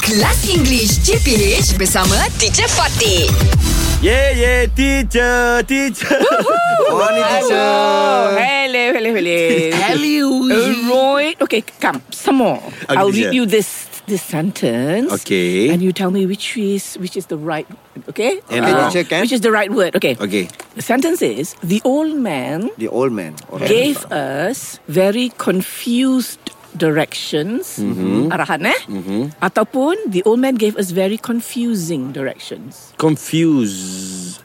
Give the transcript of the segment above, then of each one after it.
Kelas English CPH bersama Teacher Fatih. Yeah, yeah, teacher, teacher. Morning, Oh, teacher. Uh, Hello, hello, hello, hello. All right. Uh, Okay, come. Some more. Okay, I'll teacher. read you this this sentence. Okay. And you tell me which is which is the right. Okay. And Uh, the teacher can? Which is the right word? Okay. Okay, The sentence is the old man the old man. gave us very confused directions. Arahan eh? Ataupun the old man gave us very confusing directions. confuse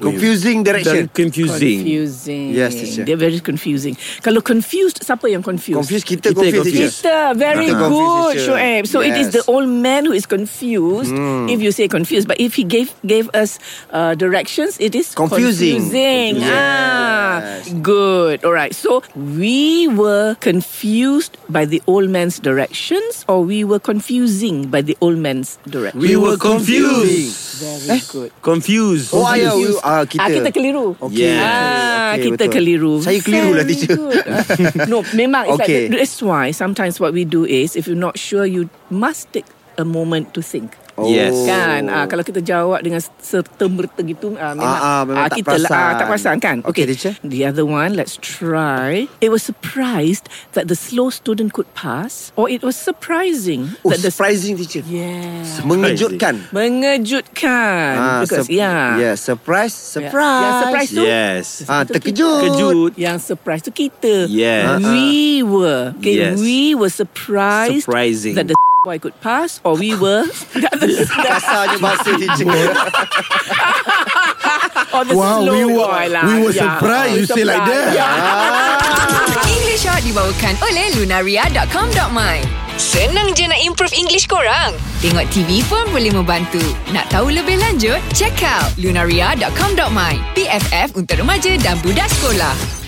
Confusing dan direction. confusing. Confusing. Yes, teacher. They're very confusing. Kalau confused, siapa yang confused? Confuse kita, Kita confuse confuse. teacher. Kita very Ah. good, Confused, Shoaib. So it Yes. is Hmm. the old man who is confused. If you say confused, but if he gave gave us uh, directions, it is Confusing. Confusing. confusing. Ah, Yes. good. All right. So we were confused by the old man's directions, or we were confusing by the old man's directions. We were confused. Very good. Confused. Oh, ayah, we, ah, kita. Ah, kita keliru. Okay. Yes. Ah, Okay, kita betul. keliru. Saya keliru lah, Very teacher. good. Ah, no, memang it's Okay. like, that's why sometimes what we do is if you're not sure you must take a moment to think. Yes. Kan ah, Kalau kita jawab dengan serta merta gitu ah, Memang, Ah, ah, memang tak kita lah, ah, perasan. Tak perasan kan Okay, teacher. The other one Let's try It was surprised That the slow student could pass Or it was surprising Oh, That the surprising teacher. Yeah Mengejutkan. Mengejutkan Ah, Because sup- yeah Yeah, surprise, Yeah. surprise. Yang surprise tu Yes. Ah, terkejut. Kejut. Yang surprise tu kita Yes. Ah, We were okay, Yes. We were surprised Surprising. That the boy could pass Or we were that the, Kasarnya bahasa teacher. Or the Wow, slow we were- boy lah we were surprised you say like that. Yeah. English Hot dibawakan oleh Lunaria.com.my Senang je nak improve English korang. Tengok TV pun boleh membantu. Nak tahu lebih lanjut? Check out Lunaria.com.my PFF untuk remaja dan budak sekolah.